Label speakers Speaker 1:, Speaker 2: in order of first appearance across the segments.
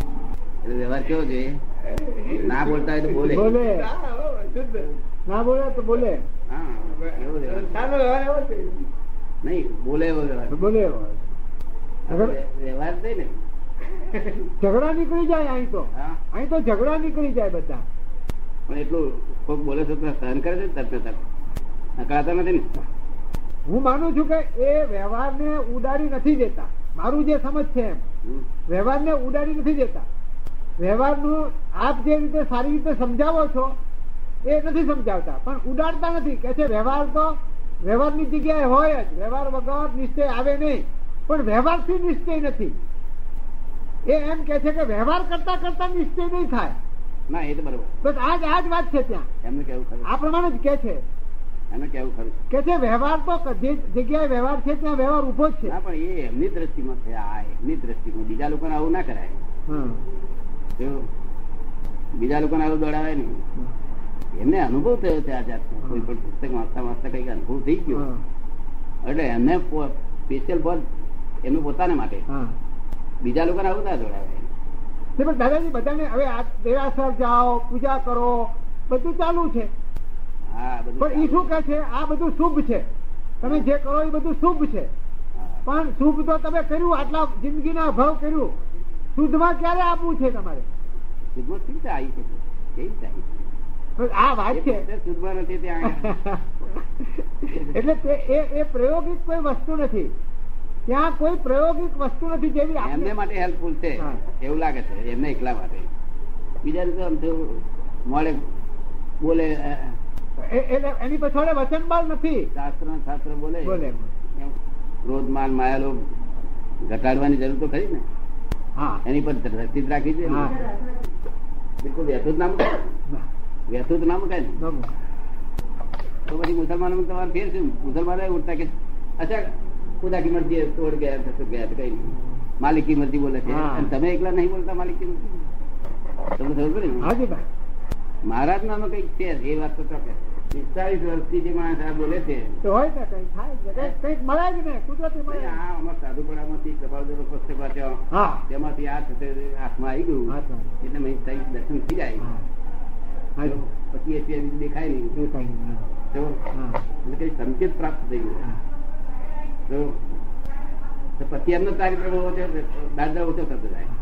Speaker 1: એટલે વ્યવહાર કેવો જોઈએ ના બોલતા હોય તો બોલે
Speaker 2: બોલે
Speaker 3: ના, હો, શુદ્ધ.
Speaker 2: ના બોલે તો બોલે
Speaker 1: હા એવો વ્યવહાર
Speaker 3: સારો વ્યવહાર એવો છે.
Speaker 1: નહીં બોલે એવો વ્યવહાર
Speaker 2: તો બોલે
Speaker 1: આ વ્યવહાર થઈ ને
Speaker 2: ઝઘડા નીકળી જાય અહીં તો
Speaker 1: હા
Speaker 2: અહીં તો ઝઘડા નીકળી જાય બધા
Speaker 1: પણ એટલું કોઈક બોલે છે તો સહન કરે છે ને તરત તરત નકળાતા નથી ને
Speaker 2: હું માનું છું કે એ વ્યવહારને ઉડાડી નથી દેતા મારું જે સમજ છે એમ
Speaker 1: હમ.
Speaker 2: વ્યવહારને ઉડાડી નથી દેતા વ્યવહારનું આપ જે રીતે સારી રીતે સમજાવો છો એ નથી સમજાવતા પણ ઉડાડતા નથી કે છે વ્યવહાર તો વ્યવહારની જગ્યાએ હોય જ વ્યવહાર વગર નિશ્ચય આવે નહીં પણ વ્યવહારથી નિશ્ચય નથી એ એમ કે છે કે વ્યવહાર કરતા કરતા નિશ્ચય નહીં થાય
Speaker 1: ના એ તો બરોબર
Speaker 2: બસ આ જ આ જ વાત છે ત્યાં
Speaker 1: એમનું કેવું ખરું
Speaker 2: આ પ્રમાણે જ કે છે
Speaker 1: એમનું કેવું ખરું
Speaker 2: કે છે વ્યવહાર તો ક- જે જગ્યાએ વ્યવહાર છે ત્યાં વ્યવહાર ઉભો જ છે
Speaker 1: ના પણ એ એમની દ્રષ્ટિમાં છે આ એમની દ્રષ્ટિમાં બીજા લોકોને આવું ના કરાય
Speaker 2: હમ.
Speaker 1: કેવું? બીજા લોકોને આવું દોડાવે નહીં એમને અનુભવ થયો છે આ જાતનો કોઈ પણ પુસ્તક વાંચતા વાંચતા કઈક અનુભવ થઈ ગયો
Speaker 2: હમ.
Speaker 1: એટલે એમને સ્પેશિયલ પદ એમનું પોતાને માટે
Speaker 2: હા
Speaker 1: બીજા લોકોને આવું ના દોડાવે
Speaker 2: તે પણ દાદાજી બધાને હવે આ દેરાસર જાઓ પૂજા કરો બધું ચાલુ છે
Speaker 1: હા
Speaker 2: પણ એ
Speaker 1: બધું
Speaker 2: શું કહે છે આ બધું શુભ છે તમે જે કરો એ બધું શુભ છે
Speaker 1: હા.
Speaker 2: પણ શુભ તો તમે કર્યું આટલા જિંદગીના અભાવ કર્યું શુદ્ધમાં ક્યારે આવવું છે તમારે
Speaker 1: સુધમાં કેવી રીતે આવી શકે? કેવી રીતે આવી શકે?
Speaker 2: પણ આ વાત
Speaker 1: એ
Speaker 2: છે
Speaker 1: પોતે સુધમાં નથી ત્યાં આગળ.
Speaker 2: એટલે તે એ એ પ્રાયોગિક કોઈ વસ્તુ નથી ત્યાં કોઈ પ્રાયોગિક વસ્તુ નથી જેવી
Speaker 1: એમને
Speaker 2: આપણે
Speaker 1: માટે હેલ્પફુલ છે
Speaker 2: હા.
Speaker 1: એવું લાગે છે એમને એકલા માટે બીજા તો આમ થયું મોડે બોલે અ,
Speaker 2: એ- એટલે એની પછાડે વચનબળ નથી
Speaker 1: શાસ્ત્ર ને શાસ્ત્ર બોલે
Speaker 2: બોલે
Speaker 1: એમ ક્રોધ માન માયાલો ઘટાડવાની જરૂર તો ખરી ને
Speaker 2: હા
Speaker 1: એની પર દ્રષ્ટિ જ રાખી છે
Speaker 2: હા
Speaker 1: બિલકુલ વ્યથુત ના મુકાય વ્યથુત ના મુકાય ને
Speaker 2: બરાબર.
Speaker 1: તો પછી મુસલમાનો તમારે ફેર શું મુસલમાનો ઉઠતા કે અચ્છા ખુદા કી મરજી તોડ ગયા તો શું ગયા તો કઈ નહીં માલિક કી મરજી બોલે છે
Speaker 2: હા.
Speaker 1: અને તમે એકલા નહીં બોલતા માલિક કી મરજી તમને ખબર પડી ને?
Speaker 2: હાજી ભાઈ
Speaker 1: મહારાજ નામાં કઈક છે એ વાત તો ચોક્કસ પિસ્તાલીસ વર્ષથી જે માણસ આ બોલે છે
Speaker 2: તો હોય ને કઈ થાય જ ને. કઈ- કઈક મળે જ ને કુદરતી મળે જ.
Speaker 1: આ અમારા સાધુપડામાંથી કપાલદેવ પુસ્તક વાંચ્યો
Speaker 2: હા
Speaker 1: તેમાંથી આ થતે હાથમાં આવી ગયું
Speaker 2: હા, સાહેબ.
Speaker 1: એટલે મેં સાહેબ દર્શન થઈ જાય
Speaker 2: હા. હા,
Speaker 1: તો પછી એ સિવાય બીજું દેખાય નહીં
Speaker 2: એ કઈ નહીં.
Speaker 1: તો
Speaker 2: હા.
Speaker 1: એટલે કઈ સંકેત પ્રાપ્ત થઈ ગયો
Speaker 2: હા.
Speaker 1: તો તો પછી એમનો કાર્યક્રમ ઓછો દાદા ઓછો થતો જાય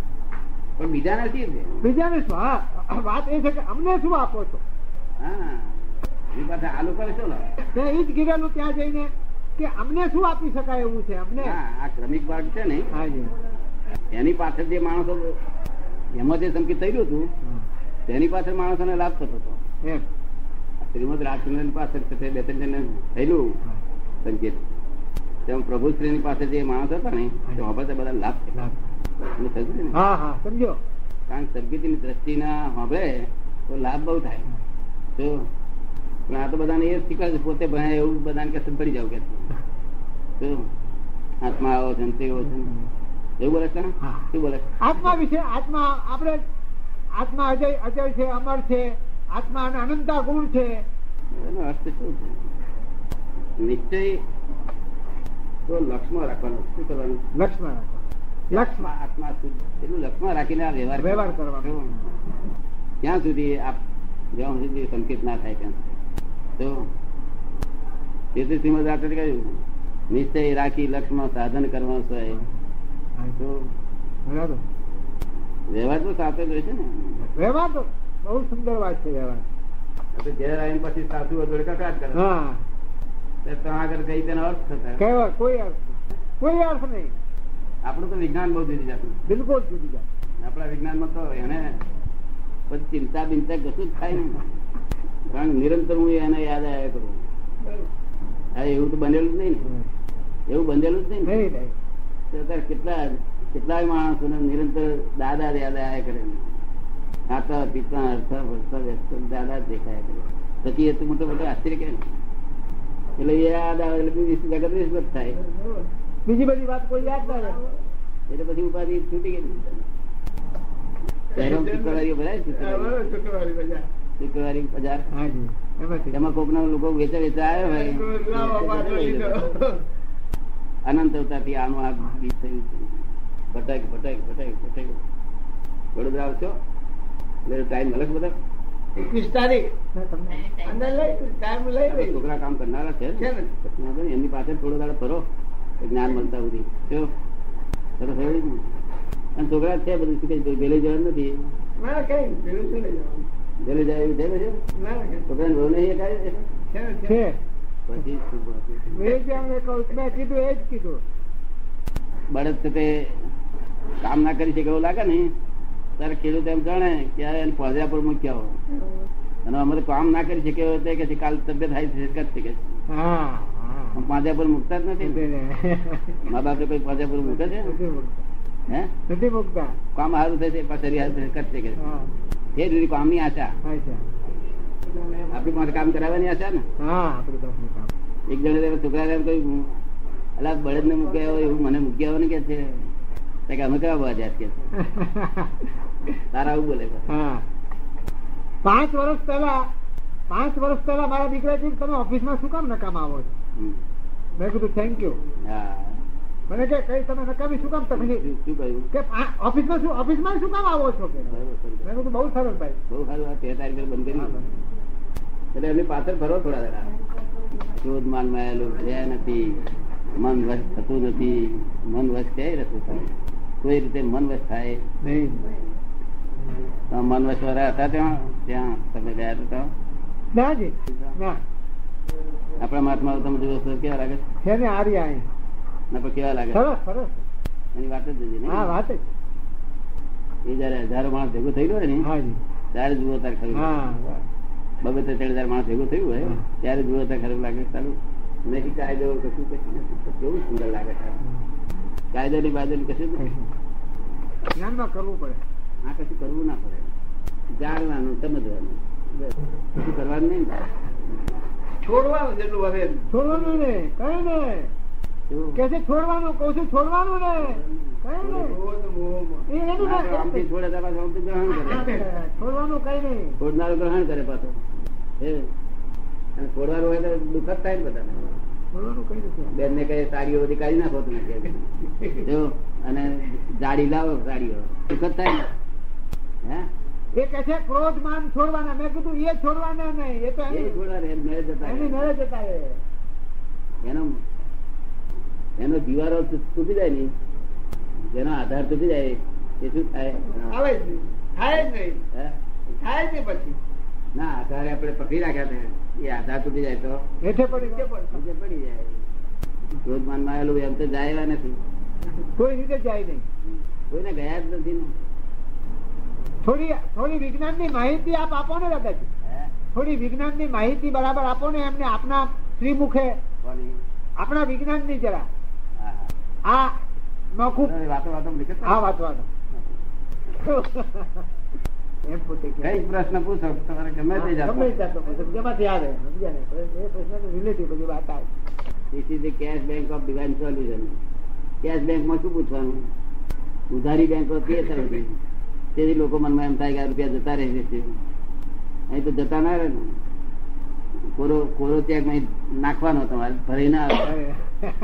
Speaker 1: પણ બીજાને શી છે
Speaker 2: બીજાને શું હા વાત એ છે કે અમને શું આપો છો
Speaker 1: હા એ પાછા આ લોકોને શું લાવે?
Speaker 2: મેં ઈ જ કીધેલું ત્યાં જઈને કે અમને શું આપી શકાય એવું છે અમને
Speaker 1: હા આ ક્રમિક ભાગ છે ને
Speaker 2: હાજી
Speaker 1: એની પાછળ જે માણસો એમાં જે સંકેત થઈ ગયું હતું તેની પાછળ માણસોને લાભ થતો હતો
Speaker 2: એમ
Speaker 1: શ્રીમદ રાજચંદ્ર પાછળ છે બે ત્રણ જણને થયેલું
Speaker 2: હા.
Speaker 1: સંકેત તેમ પ્રભુ શ્રીની પાસે જે માણસ હતા ને તે હોંભળતા બધા લાભ થયેલા.
Speaker 2: લાભ.
Speaker 1: તમને સમજ્યું ને?
Speaker 2: હા હા સમજો
Speaker 1: કારણ કે સદગતિની દ્રષ્ટિના હોંભળે તો લાભ બહુ થાય તો પણ આ તો બધાને એ શીખવાડે છે, પોતે ભણે એવું બધાને કે પડી જાવ કે તો આત્મા આવો છે ને તેવો છે ને. એવું બોલે છે ને?
Speaker 2: હા.
Speaker 1: શું બોલે છે?
Speaker 2: આત્મા વિશે આત્મા આપણે આત્મા અજય અજય છે અમર છે આત્મા અને અનંતા ગુણ છે
Speaker 1: એનો અર્થ શું છે નિશ્ચય તો લક્ષમાં રાખવાનો શું કરવાનું
Speaker 2: લક્ષ્મણ લક્ષ્મણ
Speaker 1: આત્મા આત્મા શુદ્ધ એટલું લક્ષમાં રાખીને આ વ્યવહાર
Speaker 2: વ્યવહાર કરવાનો.
Speaker 1: કેવું? ત્યાં સુધી આપ જ્યાં સુધી સંકેત ના થાય ત્યાં સુધી તો તેથી શ્રીમદ આચાર્ય કહ્યું નિશ્ચય રાખી લક્ષ્મણ સાધન કરવા સોય તો
Speaker 2: બરાબર
Speaker 1: વ્યવહાર તો સાચો જ હોય છે ને
Speaker 2: વ્યવહાર તો બહુ સુંદર વાત છે વ્યવહાર
Speaker 1: તો ઘેર આવીને પછી સાસુ અધોડે કકડાટ કરે
Speaker 2: હા
Speaker 1: તો ત્યાં આગળ જઈ તેનો અર્થ થતા
Speaker 2: કહેવા કોઈ અર્થ નહીં. કોઈ અર્થ નહીં
Speaker 1: આપણું તો વિજ્ઞાન બહુ જુદી જાતું
Speaker 2: બિલકુલ જુદી જાય
Speaker 1: આપણા વિજ્ઞાનમાં તો એને પછી ચિંતા બિંતા કશું જ થાય નહીં કારણ કે નિરંતર હું એને યાદ આવ્યા કરું હા એવું તો બનેલું જ નહીં ને એવું બનેલું જ નહીં ને
Speaker 2: નહીં નહીં
Speaker 1: તો અત્યારે કેટલા કેટલાય માણસોને નિરંતર દાદા જ યાદ આવ્યા કરે ખાતા પીતા હરતા ફરતા વ્યસ્ત દાદા જ દેખાયા કરે પછી એ તો મોટો મોટો આશ્ચર્ય કહે ને એટલે એ યાદ આવે એટલે બીજી જગત વિસ્મત થાય
Speaker 2: બીજી બધી વાત કોઈ યાદ ના રહે
Speaker 1: એટલે પછી ઉપાધિ છૂટી ગઈ શહેરોમાં શુક્રવારીઓ ભરાય છે
Speaker 3: હવે
Speaker 1: શુક્રવારીઓ?
Speaker 3: શુક્રવારે બધા.
Speaker 1: શુક્રવારી બજાર
Speaker 2: હાજી એમાંથી
Speaker 1: એમાં કોક લોકો વેચા વેચા આવ્યા
Speaker 3: લાવો, પાછો લીધો.
Speaker 1: હોય અનંત અવતારથી આનું આ બીજ થયું છે ભટક ભટક ભટક ભટક વડોદરા આવશો એટલે ટાઈમ મળે છે બધા
Speaker 3: એકવીસ તારીખ
Speaker 2: મેં તમને
Speaker 3: અને લઈ લઈશ, ટાઈમ લઈ
Speaker 1: આપણા
Speaker 3: લઈશ.
Speaker 1: છોકરા કામ કરનારા છે
Speaker 3: છે
Speaker 1: ને
Speaker 3: ને?
Speaker 1: પછી વાંધો નહીં. એમની પાસે થોડો દાડો ફરો તો જ્ઞાન મળતા સુધી જો સરસ હવે જ ને. અને છોકરા છે બધું શું કઈ ભેલે જવાનું નથી
Speaker 3: ના કઈ ભેળું શું લઈ જવાનું
Speaker 1: ભેલે જાય એવું છે બધું
Speaker 3: ના ના, કઈ.
Speaker 1: છોકરાને વહુ નહીં એકાય?
Speaker 3: છે ને, છે ને.
Speaker 2: છે
Speaker 1: પછી શું બાકી?
Speaker 2: મેં જેમ એ કહું મેં કીધું એ જ કીધું
Speaker 1: બળદ છે તે કામ ના કરી શકે એવું લાગે ને ત્યારે ખેડૂત એમ જાણે કે આ એને પોઝા પર મૂક્યા હોય અને અમે તો કામ ના કરી શકે એવું તે કે છે, કાલ તબિયત હાઈ થશે તો કરશે કે છે.
Speaker 2: હા હા
Speaker 1: પણ પાંજા પર મૂકતા જ નથી ને. મા બાપ તો કોઈ પાંજા પર મૂકે છે
Speaker 2: નથી મૂકતા.
Speaker 1: હે
Speaker 2: નથી મૂકતા
Speaker 1: કામ સારું થશે પણ શરીર સારું થશે કરશે કે છે.
Speaker 2: હા
Speaker 1: એ જુદી કામની આશા
Speaker 2: થાય છે.
Speaker 1: આપણી પાસે કામ કરાવવાની આશા ને
Speaker 2: હા આપણી પાસે કામ.
Speaker 1: એક જણે તેના છોકરાને એમ કહ્યું અલા બળદ ને મૂક્યા હોય એવું મને મૂક્યા હોય ને કે છે તો કે અમે કેવા બજાત કે છે. તારા આવું બોલે છે.
Speaker 2: હા પાંચ વર્ષ પહેલા પાંચ વર્ષ પહેલા મારા દીકરા કીધું તમે ઓફિસમાં શું કામ નકામ આવો છો
Speaker 1: હમ.
Speaker 2: મેં કીધું થેન્ક યુ
Speaker 1: હા
Speaker 2: મને કે કઈ તમે નકામી શું કામ તકલીફ
Speaker 1: શું શું કહ્યું
Speaker 2: કે આ ઓફિસમાં શું ઓફિસમાં શું કામ આવો છો કે મેં
Speaker 1: બરાબર કરી
Speaker 2: કીધું બહુ સરસ ભાઈ
Speaker 1: બહુ સારું આ તેર તારીખે બંધ કરી
Speaker 2: હા,
Speaker 1: એટલે એમની પાછળ ફરો થોડા દાડા ક્રોધ માન માયેલું રહ્યા નથી મન વશ થતું નથી મન વશ ક્યાંય નથી કોઈ રીતે મન વશ થાય
Speaker 2: નહીં
Speaker 1: તો મન વશ વાળા હતા ત્યાં ત્યાં તમે ગયા હતા
Speaker 2: ના જી ના
Speaker 1: આપણા મહાત્મા તમે જુઓ છો કેવા લાગે છે?
Speaker 2: છે ને આરી આઈ
Speaker 1: ના પણ કેવા લાગે છે?
Speaker 2: સરસ સરસ
Speaker 1: એની વાત જ જુદી
Speaker 2: હા
Speaker 1: ને
Speaker 2: વાત જ
Speaker 1: એ જયારે હજારો માણસ ભેગું થઈ ગયો હોય ને
Speaker 2: હા જી
Speaker 1: ત્યારે જુઓ તાર ખરું
Speaker 2: હા
Speaker 1: બબે ત્રણ હજાર માણસ ભેગું થયું હોય
Speaker 2: હા.
Speaker 1: ત્યારે જુઓ તાર ખરું લાગે છે સારું નહીં કાયદો કશું કશું નથી કેવું સુંદર લાગે છે કાયદો ની બાયદો ની કશું જ નથી.
Speaker 2: જ્ઞાનમાં કરવું પડે
Speaker 1: આ કશું કરવું ના પડે જાણવાનું સમજવાનું બસ. કશું કરવાનું નહીં ને.
Speaker 3: છોડવાનું જેટલું વધે એમ.
Speaker 2: છોડવાનું ને કઈ ને
Speaker 1: શું?
Speaker 2: કે છે છોડવાનું કહું છું છોડવાનું ને કઈ
Speaker 3: મોહો તો મોહોમાં.
Speaker 2: નહીં એ એનું
Speaker 1: ના તો આમથી
Speaker 2: કાંઈ
Speaker 1: છોડે તો પાછું આમથી ગ્રહણ કરે
Speaker 2: છોડવાનું કઈ નહીં
Speaker 1: છોડનારું ગ્રહણ કરે પાછો હે અને છોડવાનું હોય તો દુઃખ જ થાય ને બધાને
Speaker 2: છોડવાનું કઈ નથી
Speaker 1: બેન ને કઈ સાડીઓ બધી કાઢી નાખો તમે કે. જો અને જાડી લાવો સાડીઓ દુઃખ જ થાય ને હે
Speaker 2: એ કે છે ક્રોધ માન છોડવાના મેં કીધું એ છોડવાના નહીં એ તો
Speaker 1: એ
Speaker 2: એની
Speaker 1: છોડવા રે મેરેજ હતા
Speaker 2: એની નળે જતા એ
Speaker 1: એનો એનો જીવારો તૂટી જાય ને જેનો આધાર તૂટી જાય એ શું થાય
Speaker 3: આવે જ નહીં. થાય જ નહીં.
Speaker 1: હે?
Speaker 3: થાય જ નહીં પછી.
Speaker 1: ના આધારે આપણે પકડી રાખ્યા છે એ આધાર તૂટી જાય તો
Speaker 2: હેઠે પડી
Speaker 3: નીચે
Speaker 2: ગયો.
Speaker 3: પડશે.
Speaker 1: નીચે પડી જાય ક્રોધ માનમાં આવેલું એમ તો જાય એવા નથી
Speaker 2: કોઈ રીતે જાય નહીં
Speaker 1: કોઈને ગયા જ નથી ને
Speaker 2: થોડી થોડી વિજ્ઞાનની માહિતી આપ આપો ને દાદાજી
Speaker 1: હે?
Speaker 2: થોડી વિજ્ઞાનની માહિતી બરાબર આપો ને એમને આપના શ્રીમુખે
Speaker 1: કોની?
Speaker 2: આપણા વિજ્ઞાનની જરા
Speaker 1: હા, હા.
Speaker 2: આ નોખું
Speaker 1: તમે વાતો વાતોમાં લીખે છો?
Speaker 2: આ વાંચવાનો એમ પોતે કહે.
Speaker 1: કઈ પ્રશ્ન પૂછો તમારે ગમે તે જાતનો.
Speaker 2: ગમે તે જાતનો પ્રશ્ન, જેમાંથી આવે, સમજ્યા ને? એ પ્રશ્નને relative બધી વાત આવે.
Speaker 1: This is the cash bank of divine solution. Cash bank માં શું પૂછવાનું ઉધારી બેંકો તે તરફથી. તેથી લોકો મનમાં એમ થાય કે આ રૂપિયા જતા રહે છે અહીં તો જતા ના રહે ને કોરો કોરો ત્યાગ અહીં નાખવાનો તમારે ભરી ના આવે
Speaker 2: અરે.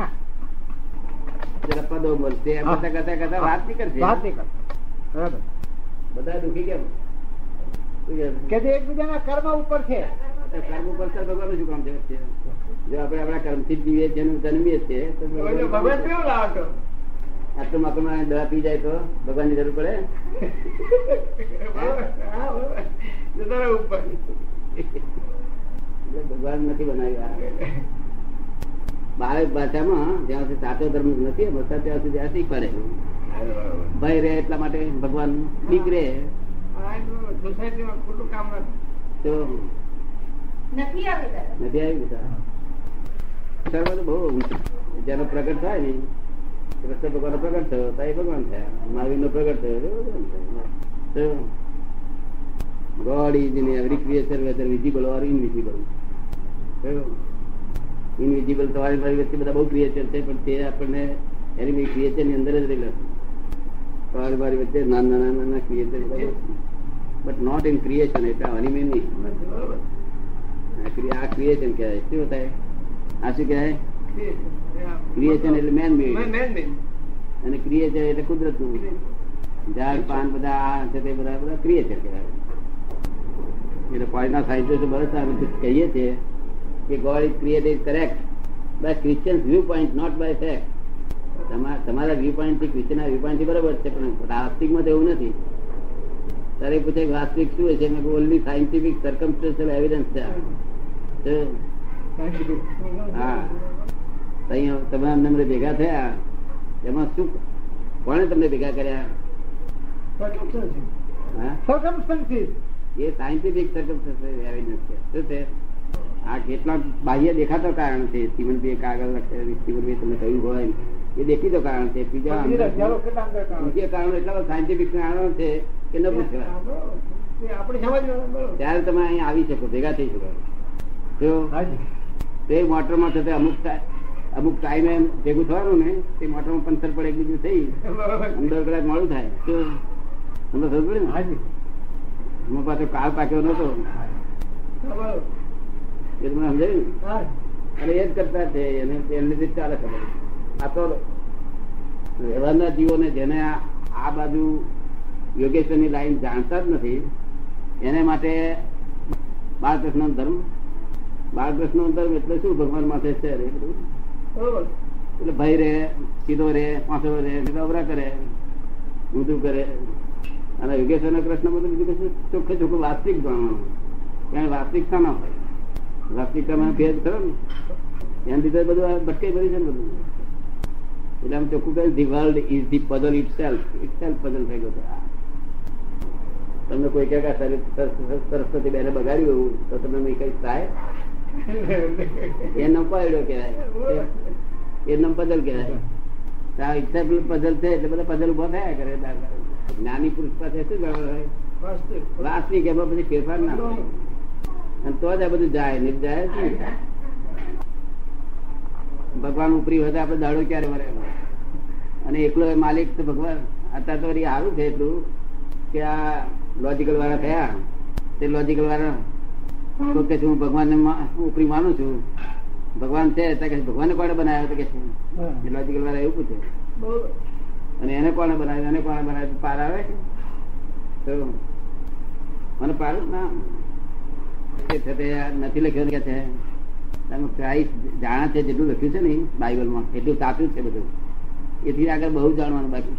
Speaker 1: જરા પદો બોલશે એમ કરતા કરતા કરતા વાત નહીં
Speaker 2: વાત
Speaker 1: કરશે
Speaker 2: નહીં કરતો. બરાબર.
Speaker 1: બધા દુખી કેમ શું કેમ?
Speaker 2: કે જે એકબીજાના કર્મ ઉપર છે
Speaker 1: તો કર્મ ઉપર તો ભગવાનનું શું કામ છે વચ્ચે? જો આપણે આપણા કર્મથી જ જીવીએ છીએ અને જન્મીએ છીએ તો
Speaker 3: તો બધું ભગવાન કેવું લાવશો?
Speaker 1: આટલું માકડમાં દવા પી જાય તો ભગવાનની જરૂર પડે
Speaker 3: બરાબર. હા, બરાબર. જતા રહો ઉપર.
Speaker 1: એટલે ભગવાન નથી બનાવ્યા બાળક ભાષામાં જ્યાં સુધી સાચો ધર્મ નથી સમજતા ત્યાં સુધી આ શીખવાડે
Speaker 3: હા, બરાબર.
Speaker 1: ભય રહે એટલા માટે ભગવાન બીક રહે
Speaker 3: આ જો સોસાયટીમાં ખોટું કામ નથી
Speaker 1: તો
Speaker 4: નથી આવતા
Speaker 1: નથી આવી ગયા સર્વ તો બહુ ઊંચું. જેનો પ્રગટ થાય ને કૃષ્ણ ભગવાન પ્રગટ થયો તો એ ભગવાન થયા મહાવીર નો પ્રગટ થયો તો ભગવાન થયા તો God is in every creature whether visible or invisible invisible તમારી મારી વચ્ચે બધા બહુ ક્રિએચર છે પણ તે આપણને એની બી creature ની અંદર જ રહેલા છે. તમારી મારી વચ્ચે નાના નાના નાના creature but not in creation એટલે અનિમે નહીં
Speaker 3: નથી, બરાબર.
Speaker 1: આ ક્રિ- આ ક્રિએશન કહેવાય શું થાય આ શું કહેવાય
Speaker 3: Creation.
Speaker 1: ક્રિએશન એટલે man made.
Speaker 3: Man- man made.
Speaker 1: અને ક્રિએચર એટલે કુદરતનું ઝાડ પાન બધા આ છે તે બધા બધા ક્રિએચર કહેવાય એટલે કોઈના સાયન્ટિસ્ટ બધા અમે કહીએ છીએ કે God is created correct by Christians view point not by fact તમારા વ્યૂ પોઈન્ટથી ક્રિશ્ચિયનના વ્યૂ પોઈન્ટથી બરાબર છે પણ વાસ્તવિકમાં તો એવું નથી તારે પૂછે કે વાસ્તવિક શું છે મેં ઓનલી સાયન્ટિફિક સર્કમસ્ટન્શિયલ એવિડન્સ છે આ. તો હા તો અહીંયા તમે અમને અમને ભેગા થયા એમાં શું કોણે તમને ભેગા કર્યા હા
Speaker 2: Circumstances.
Speaker 1: એ સાયન્ટિફિક સર્કમસ્ટન્શિયલ એવિડન્સ છે શું છે આ કેટલાક બાહ્ય દેખાતો કારણ છે સ્ટીવનભાઈએ કાગળ લખે સ્ટીવનભાઈ તમને કહ્યું હોય એ દેખીતો કારણ છે બીજા
Speaker 2: પછી રજાઓ
Speaker 1: અંદર-
Speaker 2: કેટલા અંદર કામ?
Speaker 1: બીજા કારણો એટલા બધા સાયન્ટિફિક કારણો છે કે ન પૂછવાય
Speaker 3: આપણે સમજવાનું બરોબર.
Speaker 1: ત્યારે તમે અહીં આવી શકો ભેગા થઈ શકો જો
Speaker 2: હાજી.
Speaker 1: તે મોટરમાં થતા અમુક ટા- અમુક ટાઈમે એમ ભેગું થવાનું ને તે મોટરમાં પંચર પડે એકબીજું થઈ
Speaker 3: બરોબર.
Speaker 1: અંદર કલાક મોડું થાય તો તમને ખબર પડી ને
Speaker 2: હાજી.
Speaker 1: હું પાછો કાળ પાક્યો નતો
Speaker 3: બરોબર.
Speaker 1: એ તમને સમજાયું ને?
Speaker 2: હા.
Speaker 1: અને એ જ કરતા છે એને એમને જે ચાલે ખબર આ તો વ્યવહારના જીવોને જેને આ આ બાજુ યોગેશ્વરની લાઈન જાણતા જ નથી એને માટે બાળકૃષ્ણનો ધર્મ બાળકૃષ્ણનો ધર્મ એટલે શું ભગવાન માથે છે રે બધું
Speaker 3: બરોબર.
Speaker 1: એટલે ભાઈ રે સીધો રે પાછો રે અવરા કરે ઊંધું કરે અને યોગેશ્વર કૃષ્ણ બધું બીજું કશું ચોખ્ખે ચોખ્ખું વાસ્તવિક જાણવાનું કારણ વાસ્તવિકતા ના હોય વાસ્તવિકતામાં ભેદ ખરો ને એના લીધે બધું આ ભટકાઈ ભરી છે ને બધું એટલે આમ ચોખ્ખું કહે the world is the puzzle itself itself puzzle થઈ ગયો છે આ. તમને કોઈ કહે કે આ સર- સર- સરસ્વતી બેને બગાડ્યું એવું તો તમને નહીં કઈ થાય એ નપાડ્યો કહેવાય એ નમ પઝલ કહેવાય તો આ ઈચ્છા પેલું પઝલ છે એટલે બધા પઝલ ઉભા થયા કરે દાદા. જ્ઞાની પુરુષ પાસે શું ગણવાનું હોય
Speaker 3: વાસ્તવિક.
Speaker 1: વાસ્તવિક એમાં પછી ફેરફાર ના હોય. અને તો જ આ બધું જાય ને જાય જ નહીં. ભગવાન ઉપરી હોય તો આપણે દાડો ક્યારે મરે અને એકલો એ માલિક તો ભગવાન અત્યારે તો વળી સારું છે એટલું કે આ લોજિકલ વાળા થયા તે લોજિકલ વાળા તો કે છે, હું ભગવાનને મા- ઉપરી માનું છું ભગવાન છે તો કે છે, ભગવાનને કોણે બનાવ્યો તો કે છે,
Speaker 2: હા.
Speaker 1: એ લોજિકલ વાળા એવું પૂછે
Speaker 3: બરોબર.
Speaker 1: અને એને કોણે બનાવ્યું એને કોણે બનાવ્યું પાર આવે તો મને પાર જ ના આવે. એ છે તે આ નથી લખ્યું કે છે તમે ક્રાઇસ્ટ જાણે છે જેટલું લખ્યું છે ને બાઇબલમાં એટલું સાચું જ છે બધું એથી આગળ બહુ જાણવાનું બાકી